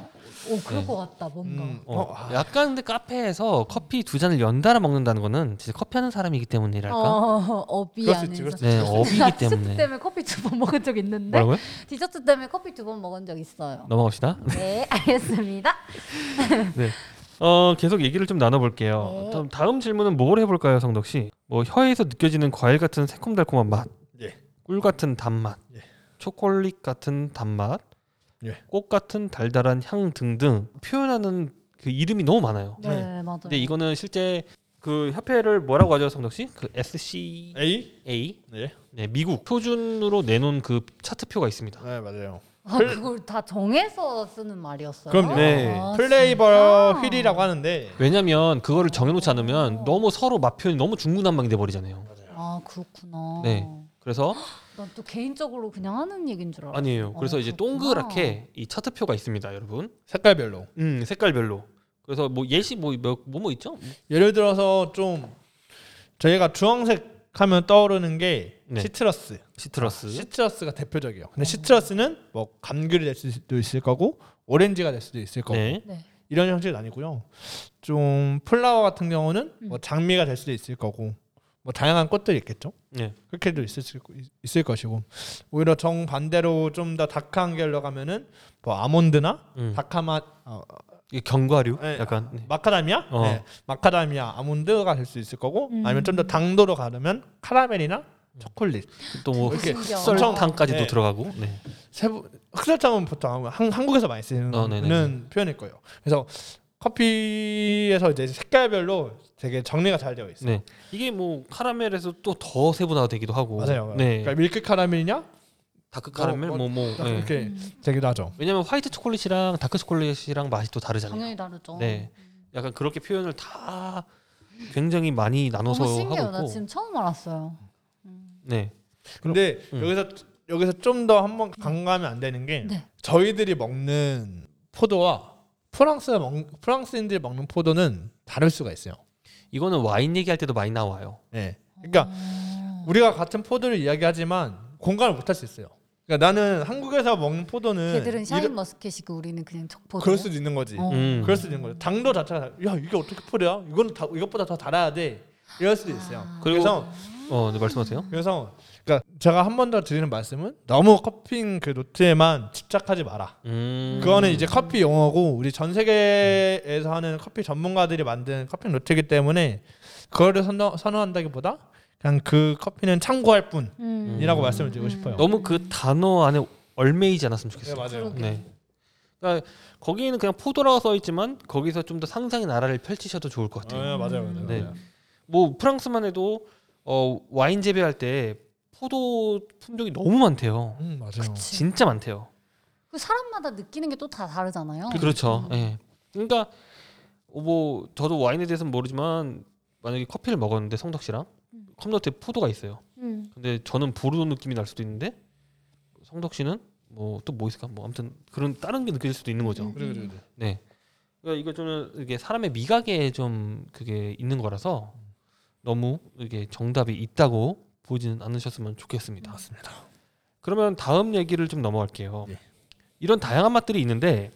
Speaker 2: 오, 그럴
Speaker 1: 네.
Speaker 2: 것 같다. 뭔가.
Speaker 3: 음.
Speaker 1: 어,
Speaker 3: 어, 아.
Speaker 1: 약간 근데 카페에서 커피 두 잔을 연달아 먹는다는 거는 진짜 커피 하는 사람이기 때문이랄까.
Speaker 2: 어, 업이
Speaker 3: 그럴 수
Speaker 2: 안에서.
Speaker 3: 있지, 그럴 수 있지.
Speaker 1: 네,
Speaker 2: 나
Speaker 1: 업이기
Speaker 2: 디저트
Speaker 1: 때문에.
Speaker 2: 때문에 커피 두 번 먹은 적 있는데
Speaker 1: 뭐라고요?
Speaker 2: 디저트 때문에 커피 두 번 먹은 적 있어요.
Speaker 1: 넘어갑시다.
Speaker 2: 네, 알겠습니다.
Speaker 1: 어, 계속 얘기를 좀 나눠볼게요.
Speaker 2: 네.
Speaker 1: 다음, 다음 질문은 뭘 해볼까요, 성덕 씨? 뭐 혀에서 느껴지는 과일 같은 새콤달콤한 맛,
Speaker 3: 예.
Speaker 1: 꿀 같은 단맛,
Speaker 3: 예.
Speaker 1: 초콜릿 같은 단맛,
Speaker 3: 예.
Speaker 1: 꽃 같은 달달한 향 등등 표현하는 그 이름이 너무 많아요.
Speaker 2: 네, 맞아요.
Speaker 1: 근데 이거는 실제 그 협회를 뭐라고 하죠, 성덕 씨? 그 SCA
Speaker 3: A? 네.
Speaker 1: 네, 미국 표준으로 내놓은 그 차트표가 있습니다.
Speaker 3: 네 맞아요.
Speaker 2: 아, 그걸 다 정해서 쓰는 말이었어요.
Speaker 3: 그럼요.
Speaker 1: 네.
Speaker 2: 아,
Speaker 3: 플레이버
Speaker 2: 진짜?
Speaker 3: 휠이라고 하는데
Speaker 1: 왜냐면 그거를 정해놓지 않으면 너무 서로 맛 표현이 너무 중구난방이 돼버리잖아요.
Speaker 2: 아 그렇구나.
Speaker 1: 네. 그래서
Speaker 2: 난 또 개인적으로 그냥 하는 얘기인 줄 알았어.
Speaker 1: 아니에요. 그래서
Speaker 2: 아,
Speaker 1: 이제
Speaker 2: 그렇구나.
Speaker 1: 동그랗게 이 차트표가 있습니다, 여러분.
Speaker 3: 색깔별로.
Speaker 1: 음, 색깔별로. 그래서 뭐 예시 뭐뭐뭐 뭐 있죠?
Speaker 3: 예를 들어서 좀 저희가 주황색 하면 떠오르는 게
Speaker 1: 네.
Speaker 3: 시트러스.
Speaker 1: 아, 시트러스.
Speaker 3: 시트러스가 대표적이에요.
Speaker 2: 어.
Speaker 3: 근데 시트러스는 뭐 감귤이 될 수도 있을 거고 오렌지가 될 수도 있을 거고
Speaker 1: 네.
Speaker 2: 네.
Speaker 3: 이런 형식은 아니고요. 좀 플라워 같은 경우는
Speaker 2: 음.
Speaker 3: 뭐 장미가 될 수도 있을 거고 뭐 다양한 꽃들이 있겠죠.
Speaker 1: 네.
Speaker 3: 그렇게도 있을 수- 있을 것이고 오히려 정 반대로 좀 더 다크한 계열로 가면은 뭐 아몬드나
Speaker 1: 음.
Speaker 3: 다카마 어,
Speaker 1: 이게 견과류
Speaker 3: 네.
Speaker 1: 약간. 네.
Speaker 3: 마카다미아,
Speaker 1: 어.
Speaker 3: 네, 마카다미아 아몬드가 될 수 있을 거고
Speaker 2: 음.
Speaker 3: 아니면 좀 더 당도로 가려면 카라멜이나 초콜릿
Speaker 1: 또뭐
Speaker 3: 이렇게
Speaker 2: 신기하다.
Speaker 1: 흑설탕까지도
Speaker 3: 네.
Speaker 1: 들어가고. 네.
Speaker 3: 세부 흑설탕은 보통 한, 한국에서 많이 쓰는
Speaker 1: 어, 네네네.
Speaker 3: 표현일 거예요. 그래서 커피에서 이제 색깔별로 되게 정리가 잘 되어 있어요.
Speaker 1: 네. 이게 뭐 카라멜에서 또 더 세분화되기도 하고.
Speaker 3: 맞아요.
Speaker 1: 네.
Speaker 3: 그러니까 밀크 카라멜이냐
Speaker 1: 다크 카라멜
Speaker 3: 뭐,
Speaker 1: 뭐뭐 예.
Speaker 3: 이렇게
Speaker 2: 음,
Speaker 3: 되기도 하죠.
Speaker 1: 왜냐면 화이트 초콜릿이랑 다크 초콜릿이랑 맛이 또 다르잖아요.
Speaker 2: 당연히 다르죠.
Speaker 1: 네. 약간 그렇게 표현을 다 굉장히 많이
Speaker 2: 너무
Speaker 1: 나눠서 하고
Speaker 2: 신기해요. 나
Speaker 1: 있고.
Speaker 2: 지금 처음 알았어요. 음.
Speaker 1: 네.
Speaker 3: 근데
Speaker 1: 음.
Speaker 3: 여기서 여기서 좀 더 한번 간과하면 안 되는 게
Speaker 2: 네.
Speaker 3: 저희들이 먹는 포도와 프랑스 먹, 프랑스인들이 먹는 포도는 다를 수가 있어요.
Speaker 1: 이거는 와인 얘기할 때도 많이 나와요.
Speaker 3: 네. 그러니까
Speaker 2: 어.
Speaker 3: 우리가 같은 포도를 이야기하지만 공감을 못 할 수 있어요. 그러니까 나는 한국에서 먹는 포도는
Speaker 2: 걔들은
Speaker 3: 네. 이런-
Speaker 2: 샤인 머스켓이고 우리는 그냥 척포.
Speaker 3: 그럴 수도 있는 거지.
Speaker 2: 뭐 어.
Speaker 1: 음.
Speaker 3: 그럴 수도 있는 거죠. 당도 자체가 야 이게 어떻게 포도야? 이건 다, 이것보다 더 달아야 돼. 이럴 수도 있어요.
Speaker 2: 아.
Speaker 1: 그리고-
Speaker 3: 그래서
Speaker 1: 어, 네, 말씀하세요.
Speaker 3: 그래서 그러니까 제가 한 번 더 드리는 말씀은 너무 커피인 그 노트에만 집착하지 마라.
Speaker 1: 음.
Speaker 3: 그거는 이제 커피 용어고 우리 전 세계에서 하는 커피 전문가들이 만든 커피 노트이기 때문에 그거를 선호, 선호한다기보다 그냥 그 커피는 참고할 뿐이라고
Speaker 2: 음.
Speaker 1: 이라고
Speaker 3: 말씀을 드리고
Speaker 2: 음.
Speaker 3: 싶어요.
Speaker 1: 너무 그 단어 안에 얼매이지 않았으면 좋겠어요.
Speaker 3: 맞아요.
Speaker 2: 그러게.
Speaker 1: 네. 그러니까 거기에는 그냥 포도라고 써 있지만 거기서 좀 더 상상의 나라를 펼치셔도 좋을 것 같아요.
Speaker 3: 네, 맞아요, 맞아요.
Speaker 1: 네.
Speaker 3: 맞아요.
Speaker 1: 뭐 프랑스만 해도 어, 와인 재배할 때 포도 품종이 너무 많대요.
Speaker 3: 음, 맞아요.
Speaker 2: 그치.
Speaker 1: 진짜 많대요.
Speaker 2: 그 사람마다 느끼는 게 또 다 다르잖아요.
Speaker 1: 그렇죠.
Speaker 2: 음.
Speaker 1: 예. 그러니까 뭐 저도 와인에 대해서는 모르지만 만약에 커피를 먹었는데 성덕 씨랑
Speaker 2: 음.
Speaker 1: 컵노트에 포도가 있어요.
Speaker 2: 음.
Speaker 1: 근데 저는 보르도 느낌이 날 수도 있는데 성덕 씨는 뭐 또 뭐 있을까? 뭐 아무튼 그런 다른 게 느껴질 수도 있는 거죠.
Speaker 2: 음.
Speaker 3: 그래, 그래, 그래.
Speaker 1: 네. 그러니까 이거 저는 이게 사람의 미각에 좀 그게 있는 거라서 너무 이게 정답이 있다고 보지는 않으셨으면 좋겠습니다.
Speaker 3: 맞습니다.
Speaker 1: 그러면 다음 얘기를 좀 넘어갈게요.
Speaker 3: 예.
Speaker 1: 이런 다양한 맛들이 있는데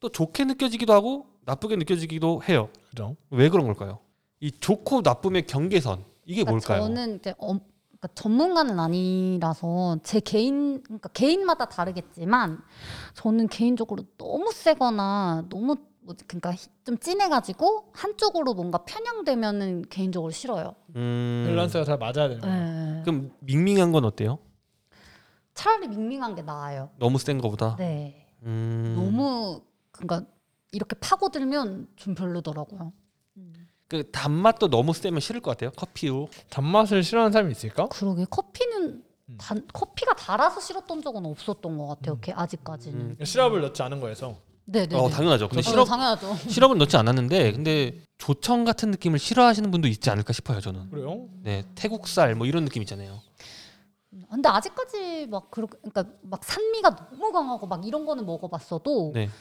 Speaker 1: 또 좋게 느껴지기도 하고 나쁘게 느껴지기도 해요.
Speaker 3: 그죠?
Speaker 1: 왜 그런 걸까요? 이 좋고 나쁨의 경계선 이게
Speaker 2: 그러니까
Speaker 1: 뭘까요?
Speaker 2: 저는 이제 어, 그러니까 전문가는 아니라서 제 개인 그러니까 개인마다 다르겠지만 저는 개인적으로 너무 세거나 너무 뭐, 그러니까 히- 좀 진해가지고 한쪽으로 뭔가 편향되면은 개인적으로 싫어요.
Speaker 1: 음,
Speaker 3: 밸런스가 잘 맞아야 되는 거예요.
Speaker 2: 네.
Speaker 1: 그럼 밍밍한 건 어때요?
Speaker 2: 차라리 밍밍한 게 나아요.
Speaker 1: 너무 센 거보다.
Speaker 2: 네.
Speaker 1: 음,
Speaker 2: 너무 그러니까 이렇게 파고들면 좀 별로더라고요.
Speaker 1: 그 단맛도 너무 세면 싫을 것 같아요. 커피로.
Speaker 3: 단맛을 싫어하는 사람이 있을까?
Speaker 2: 그러게 커피는
Speaker 3: 음.
Speaker 2: 단, 커피가 달아서 싫었던 적은 없었던 것 같아요. 걔 아직까지는.
Speaker 1: 음.
Speaker 3: 시럽을 넣지 않은 거에서
Speaker 2: 네, 네.
Speaker 1: 어
Speaker 2: 네.
Speaker 1: 당연하죠. 근데
Speaker 2: 어,
Speaker 1: 시럽
Speaker 2: 당연하죠.
Speaker 1: 시럽은 넣지 않았는데 근데 조청 같은 느낌을 싫어하시는 분도 있지 않을까 싶어요. 저는.
Speaker 3: 그래요?
Speaker 1: 네 태국살 뭐 이런 느낌 있잖아요.
Speaker 2: 근데 아직까지 막 그렇게 그러니까 막 산미가 너무 강하고 막 이런 거는 먹어봤어도
Speaker 1: 네. 뭐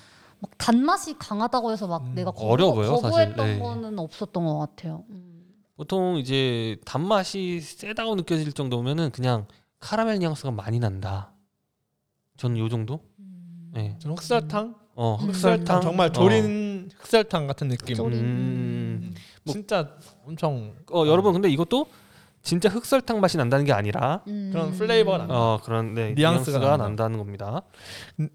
Speaker 2: 막 단맛이 강하다고 해서 막
Speaker 3: 음,
Speaker 2: 내가 거부,
Speaker 1: 어려워요, 사실.
Speaker 2: 거부했던
Speaker 1: 네.
Speaker 2: 거는 없었던 것 같아요. 음.
Speaker 1: 보통 이제 단맛이 세다고 느껴질 정도면은 그냥 카라멜 뉘앙스가 많이 난다. 저는 요 정도? 네.
Speaker 3: 저는 흑설탕,
Speaker 1: 어,
Speaker 2: 음.
Speaker 1: 흑설탕
Speaker 3: 아, 정말 조린 흑설탕 같은 느낌.
Speaker 1: 어,
Speaker 2: 조린.
Speaker 1: 음. 뭐-
Speaker 3: 진짜 엄청
Speaker 1: 어, 여러분 근데 이것도 진짜 흑설탕 맛이 난다는 게 아니라
Speaker 2: 음.
Speaker 3: 그런 플레이버가 나-
Speaker 1: 어, 그런 네, 뉘앙스가,
Speaker 3: 뉘앙스가 난다.
Speaker 1: 난다는 겁니다.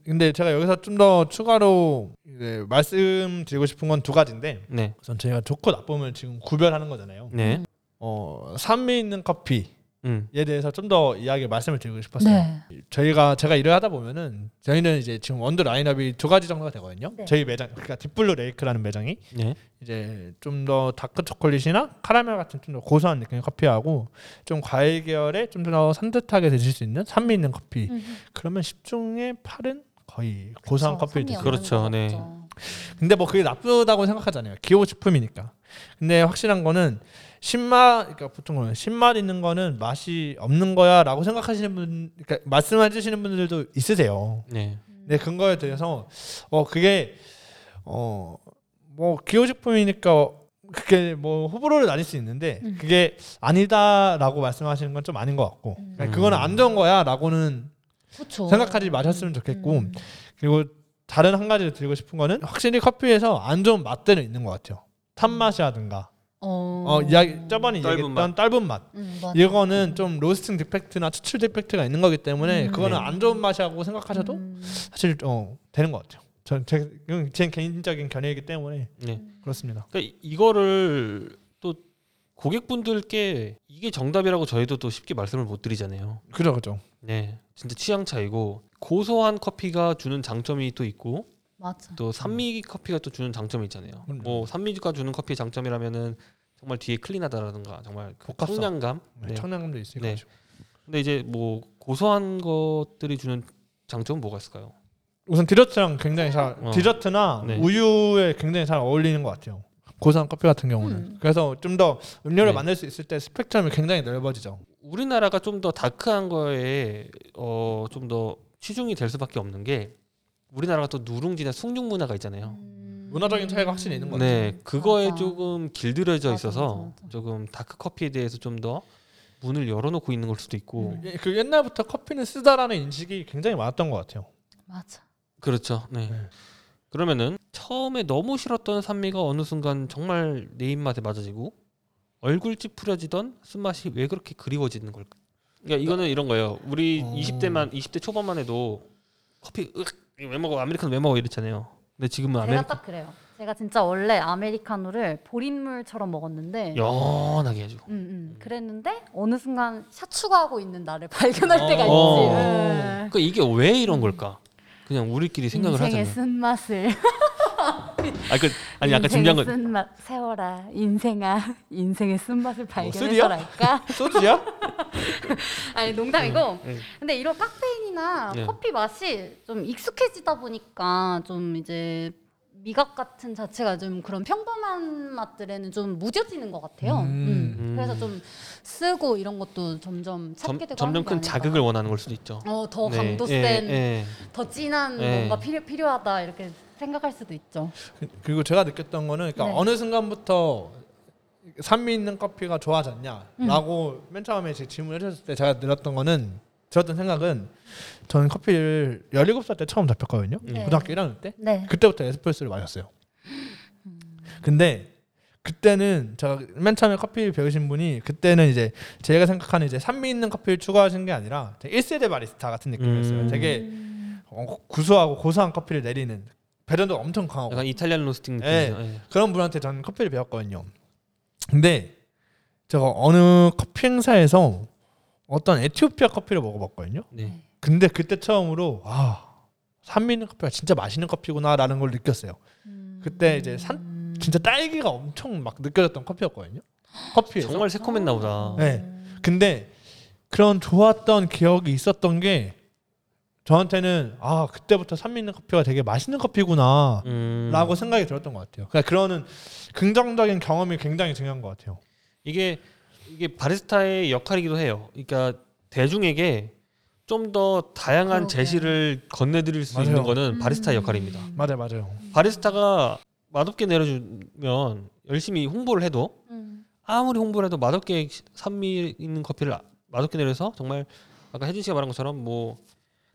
Speaker 3: 근데 제가 여기서 좀 더 추가로 이제 말씀드리고 싶은 건 두 가지인데
Speaker 1: 네.
Speaker 3: 우선 저희가 좋고 나쁨을 지금 구별하는 거잖아요.
Speaker 2: 음.
Speaker 1: 네.
Speaker 3: 어, 산미 있는 커피에
Speaker 1: 음.
Speaker 3: 대해서 좀 더 이야기 말씀을 드리고 싶었어요.
Speaker 2: 네.
Speaker 3: 저희가 제가 일을 하다 보면은 저희는 이제 지금 원두 라인업이 두 가지 정도가 되거든요.
Speaker 2: 네.
Speaker 3: 저희 매장 그러니까 딥블루 레이크라는 매장이
Speaker 1: 네.
Speaker 3: 이제 좀 더 다크 초콜릿이나 카라멜 같은 좀 더 고소한 느낌의 커피하고 좀 과일 계열에 좀 더 산뜻하게 드실 수 있는 산미 있는 커피.
Speaker 2: 음.
Speaker 3: 그러면 10중에 8은 거의 고소한 커피를 드세요.
Speaker 1: 그렇죠, 네.
Speaker 3: 근데 뭐 그게 나쁘다고 생각하잖아요. 기호 식품이니까. 근데 확실한 거는 신맛 그러니까 보통 거는 신맛 있는 거는 맛이 없는 거야라고 생각하시는 분 그러니까 말씀해 주시는 분들도 있으세요.
Speaker 1: 네.
Speaker 3: 내 근거에 대해서 어 그게 어 뭐 기호 식품이니까 그게 뭐 호불호를 나뉠 수 있는데
Speaker 2: 음.
Speaker 3: 그게 아니다라고 말씀하시는 건 좀 아닌 것 같고
Speaker 1: 음.
Speaker 3: 그거는안 좋은 거야라고는
Speaker 2: 그렇죠.
Speaker 3: 생각하지 마셨으면 좋겠고
Speaker 2: 음.
Speaker 3: 그리고 다른 한 가지를 드리고 싶은 거는 확실히 커피에서 안 좋은 맛들은 있는 것 같아요. 탄맛이라든가
Speaker 2: 어.
Speaker 3: 어 이야기 저번에
Speaker 1: 떫은
Speaker 3: 얘기했던 떫은 맛
Speaker 2: 음, 맞아.
Speaker 3: 이거는 좀 로스팅 디펙트나 추출 디펙트가 있는 거기 때문에
Speaker 2: 음.
Speaker 3: 그거는
Speaker 1: 네.
Speaker 3: 안 좋은 맛이라고 생각하셔도
Speaker 2: 음.
Speaker 3: 사실 어 되는 것 같아요. 전제 제 개인적인 견해이기 때문에
Speaker 1: 네.
Speaker 3: 그렇습니다.
Speaker 1: 그러니까 이거를 또 고객분들께 이게 정답이라고 저희도 또 쉽게 말씀을 못 드리잖아요.
Speaker 3: 그죠 그죠.
Speaker 1: 네, 진짜 취향 차이고 고소한 커피가 주는 장점이 또 있고
Speaker 2: 맞아.
Speaker 1: 또 산미 커피가 또 주는 장점이 있잖아요.
Speaker 3: 그럼요.
Speaker 1: 뭐 산미가 주는 커피의 장점이라면은 정말 뒤에 클린하다라든가 정말 그
Speaker 3: 복합성.
Speaker 1: 청량감.
Speaker 3: 네.
Speaker 1: 네.
Speaker 3: 청량감도 있을
Speaker 1: 네.
Speaker 3: 것이고.
Speaker 1: 근데 이제 뭐 고소한 것들이 주는 장점은 뭐가 있을까요?
Speaker 3: 우선 디저트랑 굉장히 잘
Speaker 1: 어.
Speaker 3: 디저트나
Speaker 1: 네.
Speaker 3: 우유에 굉장히 잘 어울리는 것 같아요. 고소한 커피 같은 경우는
Speaker 2: 음.
Speaker 3: 그래서 좀 더
Speaker 1: 네.
Speaker 3: 음료를 만들 수 있을 때 스펙트럼이 굉장히 넓어지죠.
Speaker 1: 우리나라가 좀 더 다크한 거에 어, 좀 더 치중이 될 수밖에 없는 게 우리나라가 또 누룽지나 숭늉 문화가 있잖아요.
Speaker 3: 문화적인 차이가 확실히 있는 것 같아요.
Speaker 1: 네, 그거에
Speaker 2: 맞아.
Speaker 1: 조금 길들여져
Speaker 2: 맞아,
Speaker 1: 있어서
Speaker 2: 맞아, 맞아.
Speaker 1: 조금 다크 커피에 대해서 좀 더 문을 열어놓고 있는 걸 수도 있고
Speaker 2: 음.
Speaker 3: 예, 그 옛날부터 커피는 쓰다라는 인식이 굉장히 많았던 것 같아요.
Speaker 2: 맞아.
Speaker 1: 그렇죠. 네.
Speaker 3: 네.
Speaker 1: 그러면은 처음에 너무 싫었던 산미가 어느 순간 정말 내 입맛에 맞아지고 얼굴 찌푸려지던 쓴맛이 왜 그렇게 그리워지는 걸까? 그러니까 이거는 이런 거예요. 우리
Speaker 3: 어.
Speaker 1: 20대만 20대 초반만 해도 커피 으악, 이거 왜 먹어 아메리카노 왜 먹어 이랬잖아요. 근데 지금은
Speaker 2: 제가
Speaker 1: 아메리카
Speaker 2: 딱 그래요. 제가 진짜 원래 아메리카노를 보린물처럼 먹었는데
Speaker 1: 연하게 해주고
Speaker 2: 음, 음. 그랬는데 어느 순간 샷 추가하고 있는 나를 발견할
Speaker 3: 어.
Speaker 2: 때가 있지. 예.
Speaker 1: 그러니까 이게 왜 이런 걸까? 그냥 우리끼리 생각을
Speaker 2: 인생의
Speaker 1: 하잖아요.
Speaker 2: 쓴맛을
Speaker 1: 아, 그, 아니 아까
Speaker 2: 인생의
Speaker 1: 중요한 건
Speaker 2: 쓴맛 세워라 인생아 인생의
Speaker 1: 뭐,
Speaker 2: 쓴맛을
Speaker 3: 쓰리야?
Speaker 2: 발견해서랄까
Speaker 3: 소주야?
Speaker 2: 아니 농담이고
Speaker 1: 응, 응.
Speaker 2: 근데 이런 카페인이나
Speaker 1: 네.
Speaker 2: 커피 맛이 좀 익숙해지다 보니까 좀 이제 미각 같은 자체가 좀 그런 평범한 맛들에는 좀 무뎌지는 것 같아요.
Speaker 3: 음.
Speaker 2: 음. 그래서 좀 쓰고 이런 것도
Speaker 1: 점,
Speaker 2: 점점 찾게 되고
Speaker 1: 점점
Speaker 2: 하는 게
Speaker 1: 큰
Speaker 2: 아닐까.
Speaker 1: 자극을 원하는 걸 수도 있죠.
Speaker 2: 어, 더
Speaker 1: 네,
Speaker 2: 강도
Speaker 1: 예,
Speaker 2: 센,
Speaker 1: 예.
Speaker 2: 더 진한
Speaker 1: 예.
Speaker 2: 뭔가 필요, 필요하다 이렇게 생각할 수도 있죠.
Speaker 3: 그리고 제가 느꼈던 거는 그러니까
Speaker 2: 네.
Speaker 3: 어느 순간부터 산미 있는 커피가
Speaker 2: 음.
Speaker 3: 좋아졌냐라고 맨 처음에 제 질문을 해주셨을 때 제가 들었던 거는 들었던 생각은 저는 커피를 17살 때 처음 잡혔거든요.
Speaker 2: 네.
Speaker 3: 고등학교 1학년 때.
Speaker 2: 네. 음.
Speaker 3: 그때부터 에스프레소를 마셨어요. 근데 그때는 제가 맨 처음에 커피를 배우신 분이 그때는 이제 제가 생각하는 이제 산미 있는 커피를 추구하신 게 아니라 되게 1세대 바리스타 같은 느낌이었어요.
Speaker 1: 음.
Speaker 3: 되게 어, 구수하고 고소한 커피를 내리는 배전도 엄청 강하고
Speaker 1: 약간 이탈리안 로스팅 느낌이죠.
Speaker 3: 어. 예.
Speaker 1: 예.
Speaker 3: 그런 분한테 저는 커피를 배웠거든요. 근데 제가 어느 커피 행사에서 어떤 에티오피아 커피를 먹어봤거든요.
Speaker 1: 네.
Speaker 3: 근데 그때 처음으로 아 산미 있는 커피가 진짜 맛있는 커피구나라는 걸 느꼈어요. 그때 이제 산
Speaker 2: 음.
Speaker 3: 진짜 딸기가 엄청 막 느껴졌던 커피였거든요.
Speaker 2: 네.
Speaker 3: 커피에서.
Speaker 1: 정말 새콤했나 보다.
Speaker 3: 네. 근데 그런 좋았던 기억이 있었던 게 저한테는 아 그때부터 산미 있는 커피가 되게 맛있는 커피구나라고
Speaker 1: 음.
Speaker 3: 생각이 들었던 것 같아요. 그러니까 그런 긍정적인 경험이 굉장히 중요한 것 같아요.
Speaker 1: 이게 이게 바리스타의 역할이기도 해요. 그러니까 대중에게 좀 더 다양한
Speaker 2: 그러게요.
Speaker 1: 제시를 건네드릴 수
Speaker 3: 맞아요.
Speaker 1: 있는 거는
Speaker 2: 음.
Speaker 1: 바리스타의 역할입니다.
Speaker 3: 맞아요, 맞아요.
Speaker 1: 바리스타가 맛없게 내려주면 열심히 홍보를 해도
Speaker 2: 음.
Speaker 1: 아무리 홍보를 해도 맛없게 산미 있는 커피를 아- 맛없게 내려서 정말 아까 혜진 씨가 말한 것처럼 뭐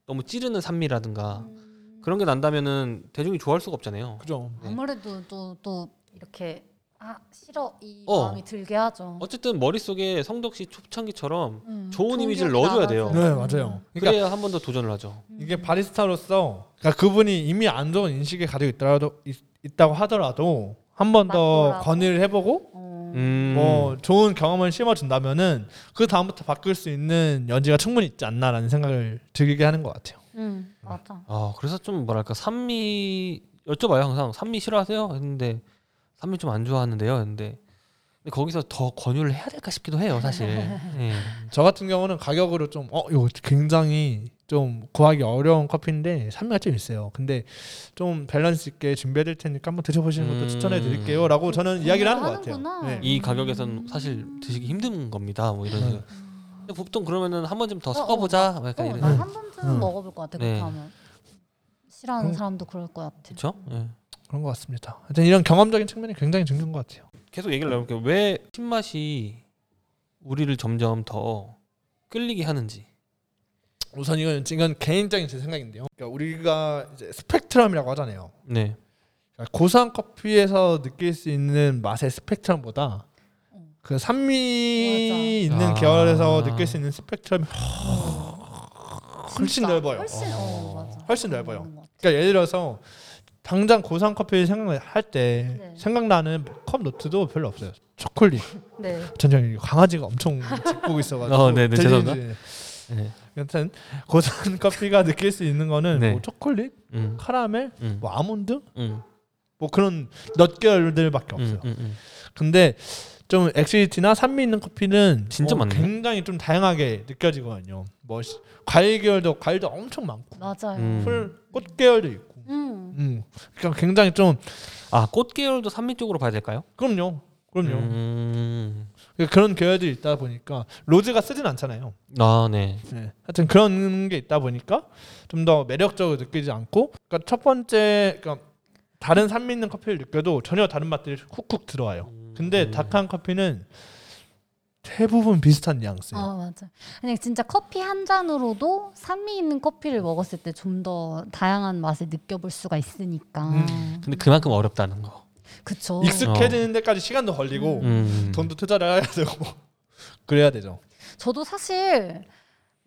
Speaker 1: 너무 찌르는 산미라든가
Speaker 2: 음.
Speaker 1: 그런 게 난다면은 대중이 좋아할 수가 없잖아요.
Speaker 3: 그죠.
Speaker 1: 네.
Speaker 2: 아무래도 또, 또 이렇게 아 싫어 이
Speaker 1: 어.
Speaker 2: 마음이 들게 하죠.
Speaker 1: 어쨌든 머릿속에 성덕 씨 초창기처럼
Speaker 2: 음,
Speaker 1: 좋은
Speaker 2: 기억이
Speaker 1: 이미지를 넣어줘야 돼요.
Speaker 2: 남아서.
Speaker 3: 네, 맞아요. 그러니까
Speaker 1: 그래야 한 번 더 도전을 하죠.
Speaker 3: 이게 바리스타로서 그러니까 그분이 이미 안 좋은 인식에 가지고 있더라도 있, 있다고 하더라도 한 번 더
Speaker 2: 맞더라도.
Speaker 3: 건의를 해보고
Speaker 2: 어.
Speaker 1: 음.
Speaker 3: 뭐 좋은 경험을 심어준다면은 그 다음부터 바꿀 수 있는 여지가 충분히 있지 않나라는 생각을 들게 하는 것 같아요.
Speaker 2: 음, 맞아.
Speaker 1: 아 그래서 좀 뭐랄까 산미 여쭤봐요 항상 산미 싫어하세요? 했는데 산미 좀 안 좋아하는데요. 했는데 근데 거기서 더 권유를 해야 될까 싶기도 해요 사실. 예.
Speaker 3: 저 같은 경우는 가격으로 좀 어 이거 굉장히 좀 구하기 어려운 커피인데 산미가 좀 있어요. 근데 좀 밸런스 있게 준비해드릴 테니까 한번 드셔보시는 것도
Speaker 1: 음.
Speaker 3: 추천해드릴게요.라고 저는 이야기를 하는 것
Speaker 2: 하는구나.
Speaker 3: 같아요. 네.
Speaker 2: 음.
Speaker 1: 이 가격에서는 사실 드시기 힘든 겁니다. 뭐 이런.
Speaker 3: 네.
Speaker 1: 식으로. 근데 보통 그러면은 한 번쯤 더
Speaker 2: 어,
Speaker 1: 섞어보자. 뭐 약간
Speaker 2: 어,
Speaker 1: 이런.
Speaker 2: 나한 번쯤은
Speaker 3: 음.
Speaker 2: 먹어볼 것 같아.
Speaker 1: 네.
Speaker 2: 그렇게 하면 싫어하는
Speaker 3: 음.
Speaker 2: 사람도 그럴 것 같아.
Speaker 1: 그렇죠? 예.
Speaker 3: 그런 것 같습니다. 하여튼 이런 경험적인 측면이 굉장히 중요한 것 같아요.
Speaker 1: 계속 얘기를 나올게요. 왜 신맛이 우리를 점점 더 끌리게 하는지.
Speaker 3: 우선 이건 이건 개인적인 제 생각인데요. 그러니까 우리가 이제 스펙트럼이라고 하잖아요.
Speaker 1: 네.
Speaker 3: 그러니까 고소한 커피에서 느낄 수 있는 맛의 스펙트럼보다 그
Speaker 2: 맞아.
Speaker 3: 산미
Speaker 1: 아.
Speaker 3: 있는 계열에서 느낄 수 있는 스펙트럼이 훨씬
Speaker 2: 진짜.
Speaker 3: 넓어요.
Speaker 2: 훨씬 어, 맞아.
Speaker 3: 훨씬 넓어요.
Speaker 2: 그런 것 같아.
Speaker 3: 그러니까 예를 들어서 당장 고소한 커피 생각할 때
Speaker 2: 네.
Speaker 3: 생각나는 컵 노트도 별로 없어요. 초콜릿.
Speaker 2: 네.
Speaker 3: 전형이 강아지가 엄청 짖고 있어가지고.
Speaker 1: 어, 네네, 죄송합니다.
Speaker 3: 들리는지.
Speaker 1: 네.
Speaker 3: 여튼 고소한 커피가 느낄 수 있는 거는
Speaker 1: 네.
Speaker 3: 뭐 초콜릿,
Speaker 1: 음.
Speaker 3: 카라멜,
Speaker 1: 음.
Speaker 3: 뭐 아몬드,
Speaker 1: 음.
Speaker 3: 뭐 그런 넛 계열들밖에 없어요.
Speaker 1: 음. 음.
Speaker 3: 근데 좀 엑시티나 산미 있는 커피는
Speaker 1: 진짜
Speaker 3: 어,
Speaker 1: 많네.
Speaker 3: 굉장히 좀 다양하게 느껴지거든요. 뭐 시- 과일 계열도 과일도 엄청 많고
Speaker 2: 맞아요.
Speaker 1: 음.
Speaker 3: 풀 꽃 계열도 있고.
Speaker 2: 음.
Speaker 3: 음. 그러니까 굉장히 좀
Speaker 1: 아꽃 계열도 산미 쪽으로 봐야 될까요?
Speaker 3: 그럼요. 그럼요.
Speaker 1: 음.
Speaker 3: 그런 계열들이 있다 보니까 로즈가 쓰진 않잖아요.
Speaker 1: 아 네.
Speaker 3: 네. 하여튼 그런 게 있다 보니까 좀 더 매력적으로 느끼지 않고 그러니까 첫 번째 그러니까 다른 산미 있는 커피를 느껴도 전혀 다른 맛들이 쿡쿡 들어와요. 근데
Speaker 1: 음.
Speaker 3: 다크한 커피는 대부분 비슷한 뉘앙스예요.
Speaker 2: 어 맞아. 그냥 진짜 커피 한 잔으로도 산미 있는 커피를 먹었을 때 좀 더 다양한 맛을 느껴볼 수가 있으니까.
Speaker 3: 음.
Speaker 1: 근데 그만큼 어렵다는 거.
Speaker 2: 그쵸.
Speaker 3: 익숙해지는 데까지 시간도 걸리고
Speaker 1: 음.
Speaker 3: 돈도 투자를 해야 되고 그래야 되죠.
Speaker 2: 저도 사실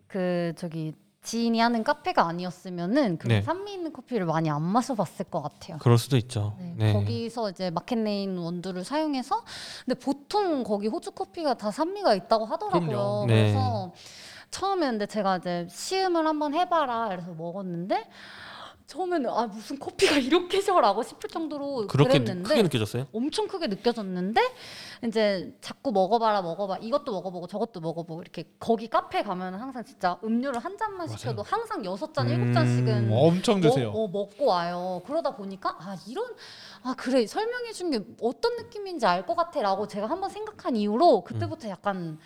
Speaker 2: 그 저기 지인이 하는 카페가 아니었으면은 그런
Speaker 1: 네.
Speaker 2: 산미 있는 커피를 많이 안 마셔봤을 것 같아요.
Speaker 1: 그럴 수도 있죠.
Speaker 2: 네,
Speaker 1: 네.
Speaker 2: 거기서 이제 마켓레인 원두를 사용해서 근데 보통 거기 호주 커피가 다 산미가 있다고 하더라고요.
Speaker 3: 그럼요.
Speaker 1: 네.
Speaker 2: 그래서 처음에 근데 제가 이제 시음을 한번 해봐라 그래서 먹었는데 처음에는 아 무슨 커피가 이렇게 셔라고 싶을 정도로
Speaker 1: 그렇게 느-
Speaker 2: 그랬는데 음.
Speaker 1: 크게 느껴졌어요?
Speaker 2: 엄청 크게 느껴졌는데 이제 자꾸 먹어봐라 먹어봐 이것도 먹어보고 저것도 먹어보고 이렇게 거기 카페 가면 항상 진짜 음료를 한 잔만 시켜도 항상 여섯 잔 일곱
Speaker 1: 음.
Speaker 2: 잔씩은
Speaker 3: 엄청 드세요.
Speaker 2: 어, 어, 먹고 와요. 그러다 보니까 아 이런 아 그래 설명해 준 게 어떤 느낌인지 알 것 같아라고 제가 한번 생각한 이후로 그때부터
Speaker 3: 음.
Speaker 2: 약간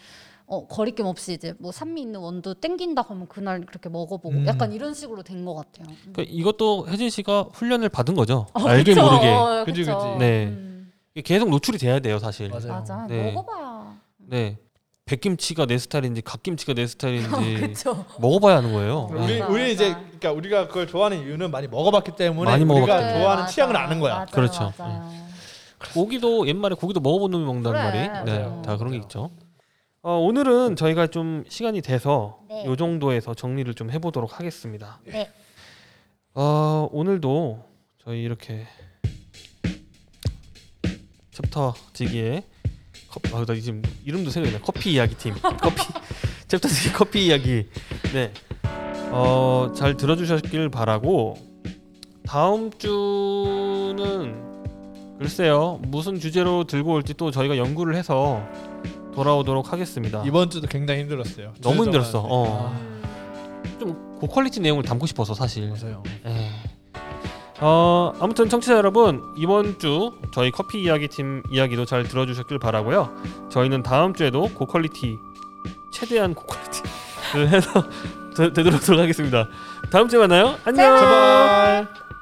Speaker 2: 어, 거리낌 없이 이제 뭐 산미 있는 원두 땡긴다 그러면 그날 그렇게 먹어보고
Speaker 3: 음.
Speaker 2: 약간 이런 식으로 된 것 같아요. 음.
Speaker 1: 그러니까 이것도 혜진 씨가 훈련을 받은 거죠.
Speaker 2: 어,
Speaker 1: 알게
Speaker 2: 그쵸?
Speaker 1: 모르게
Speaker 2: 어,
Speaker 3: 그치,
Speaker 2: 그쵸.
Speaker 3: 그치.
Speaker 1: 네.
Speaker 2: 음,
Speaker 1: 계속 노출이 돼야 돼요, 사실.
Speaker 3: 맞아요.
Speaker 2: 맞아
Speaker 1: 네.
Speaker 2: 먹어봐야
Speaker 1: 네. 백김치가 내 스타일인지 갓김치가 내 스타일인지
Speaker 2: 어, 그쵸.
Speaker 1: 먹어봐야 하는 거예요.
Speaker 2: 맞아,
Speaker 3: 우리
Speaker 1: 네.
Speaker 2: 맞아.
Speaker 3: 우리 이제 그러니까 우리가 그걸 좋아하는 이유는 많이 먹어봤기 때문에
Speaker 1: 많이
Speaker 3: 우리가
Speaker 1: 먹어봤기
Speaker 2: 네,
Speaker 3: 그러니까 좋아하는
Speaker 2: 맞아.
Speaker 3: 취향을 아는 거야. 네.
Speaker 2: 맞아요,
Speaker 1: 그렇죠.
Speaker 2: 맞아요.
Speaker 1: 고기도 옛말에 고기도 먹어본 놈이 먹는다는
Speaker 2: 그래,
Speaker 1: 말이 네,
Speaker 2: 맞아요.
Speaker 1: 다 그런 게
Speaker 3: 맞아요.
Speaker 1: 있죠. 어, 오늘은 저희가 좀 시간이 돼서
Speaker 2: 네.
Speaker 1: 요 정도에서 정리를 좀 해보도록 하겠습니다.
Speaker 2: 네.
Speaker 1: 어, 오늘도 저희 이렇게 챕터 지기의 커피, 아, 나 지금 이름도 생각이 나. 커피 이야기 팀. 커피 챕터 지기 커피 이야기. 네. 어, 잘 들어주셨길 바라고 다음 주는 글쎄요 무슨 주제로 들고 올지 또 저희가 연구를 해서 돌아오도록 하겠습니다.
Speaker 3: 이번 주도 굉장히 힘들었어요.
Speaker 1: 너무
Speaker 3: 주주
Speaker 1: 힘들었어.
Speaker 3: 동안.
Speaker 1: 어.
Speaker 2: 음.
Speaker 1: 좀 고퀄리티 내용을 담고 싶어서 사실.
Speaker 3: 맞아요.
Speaker 1: 에. 예. 어, 아무튼 청취자 여러분 이번 주 저희 커피 이야기 팀 이야기도 잘 들어주셨길 바라고요. 저희는 다음 주에도 고퀄리티 최대한 그 고퀄리티를 해서 되, 되도록 하겠습니다. 다음 주에 만나요. 안녕.
Speaker 3: 제발.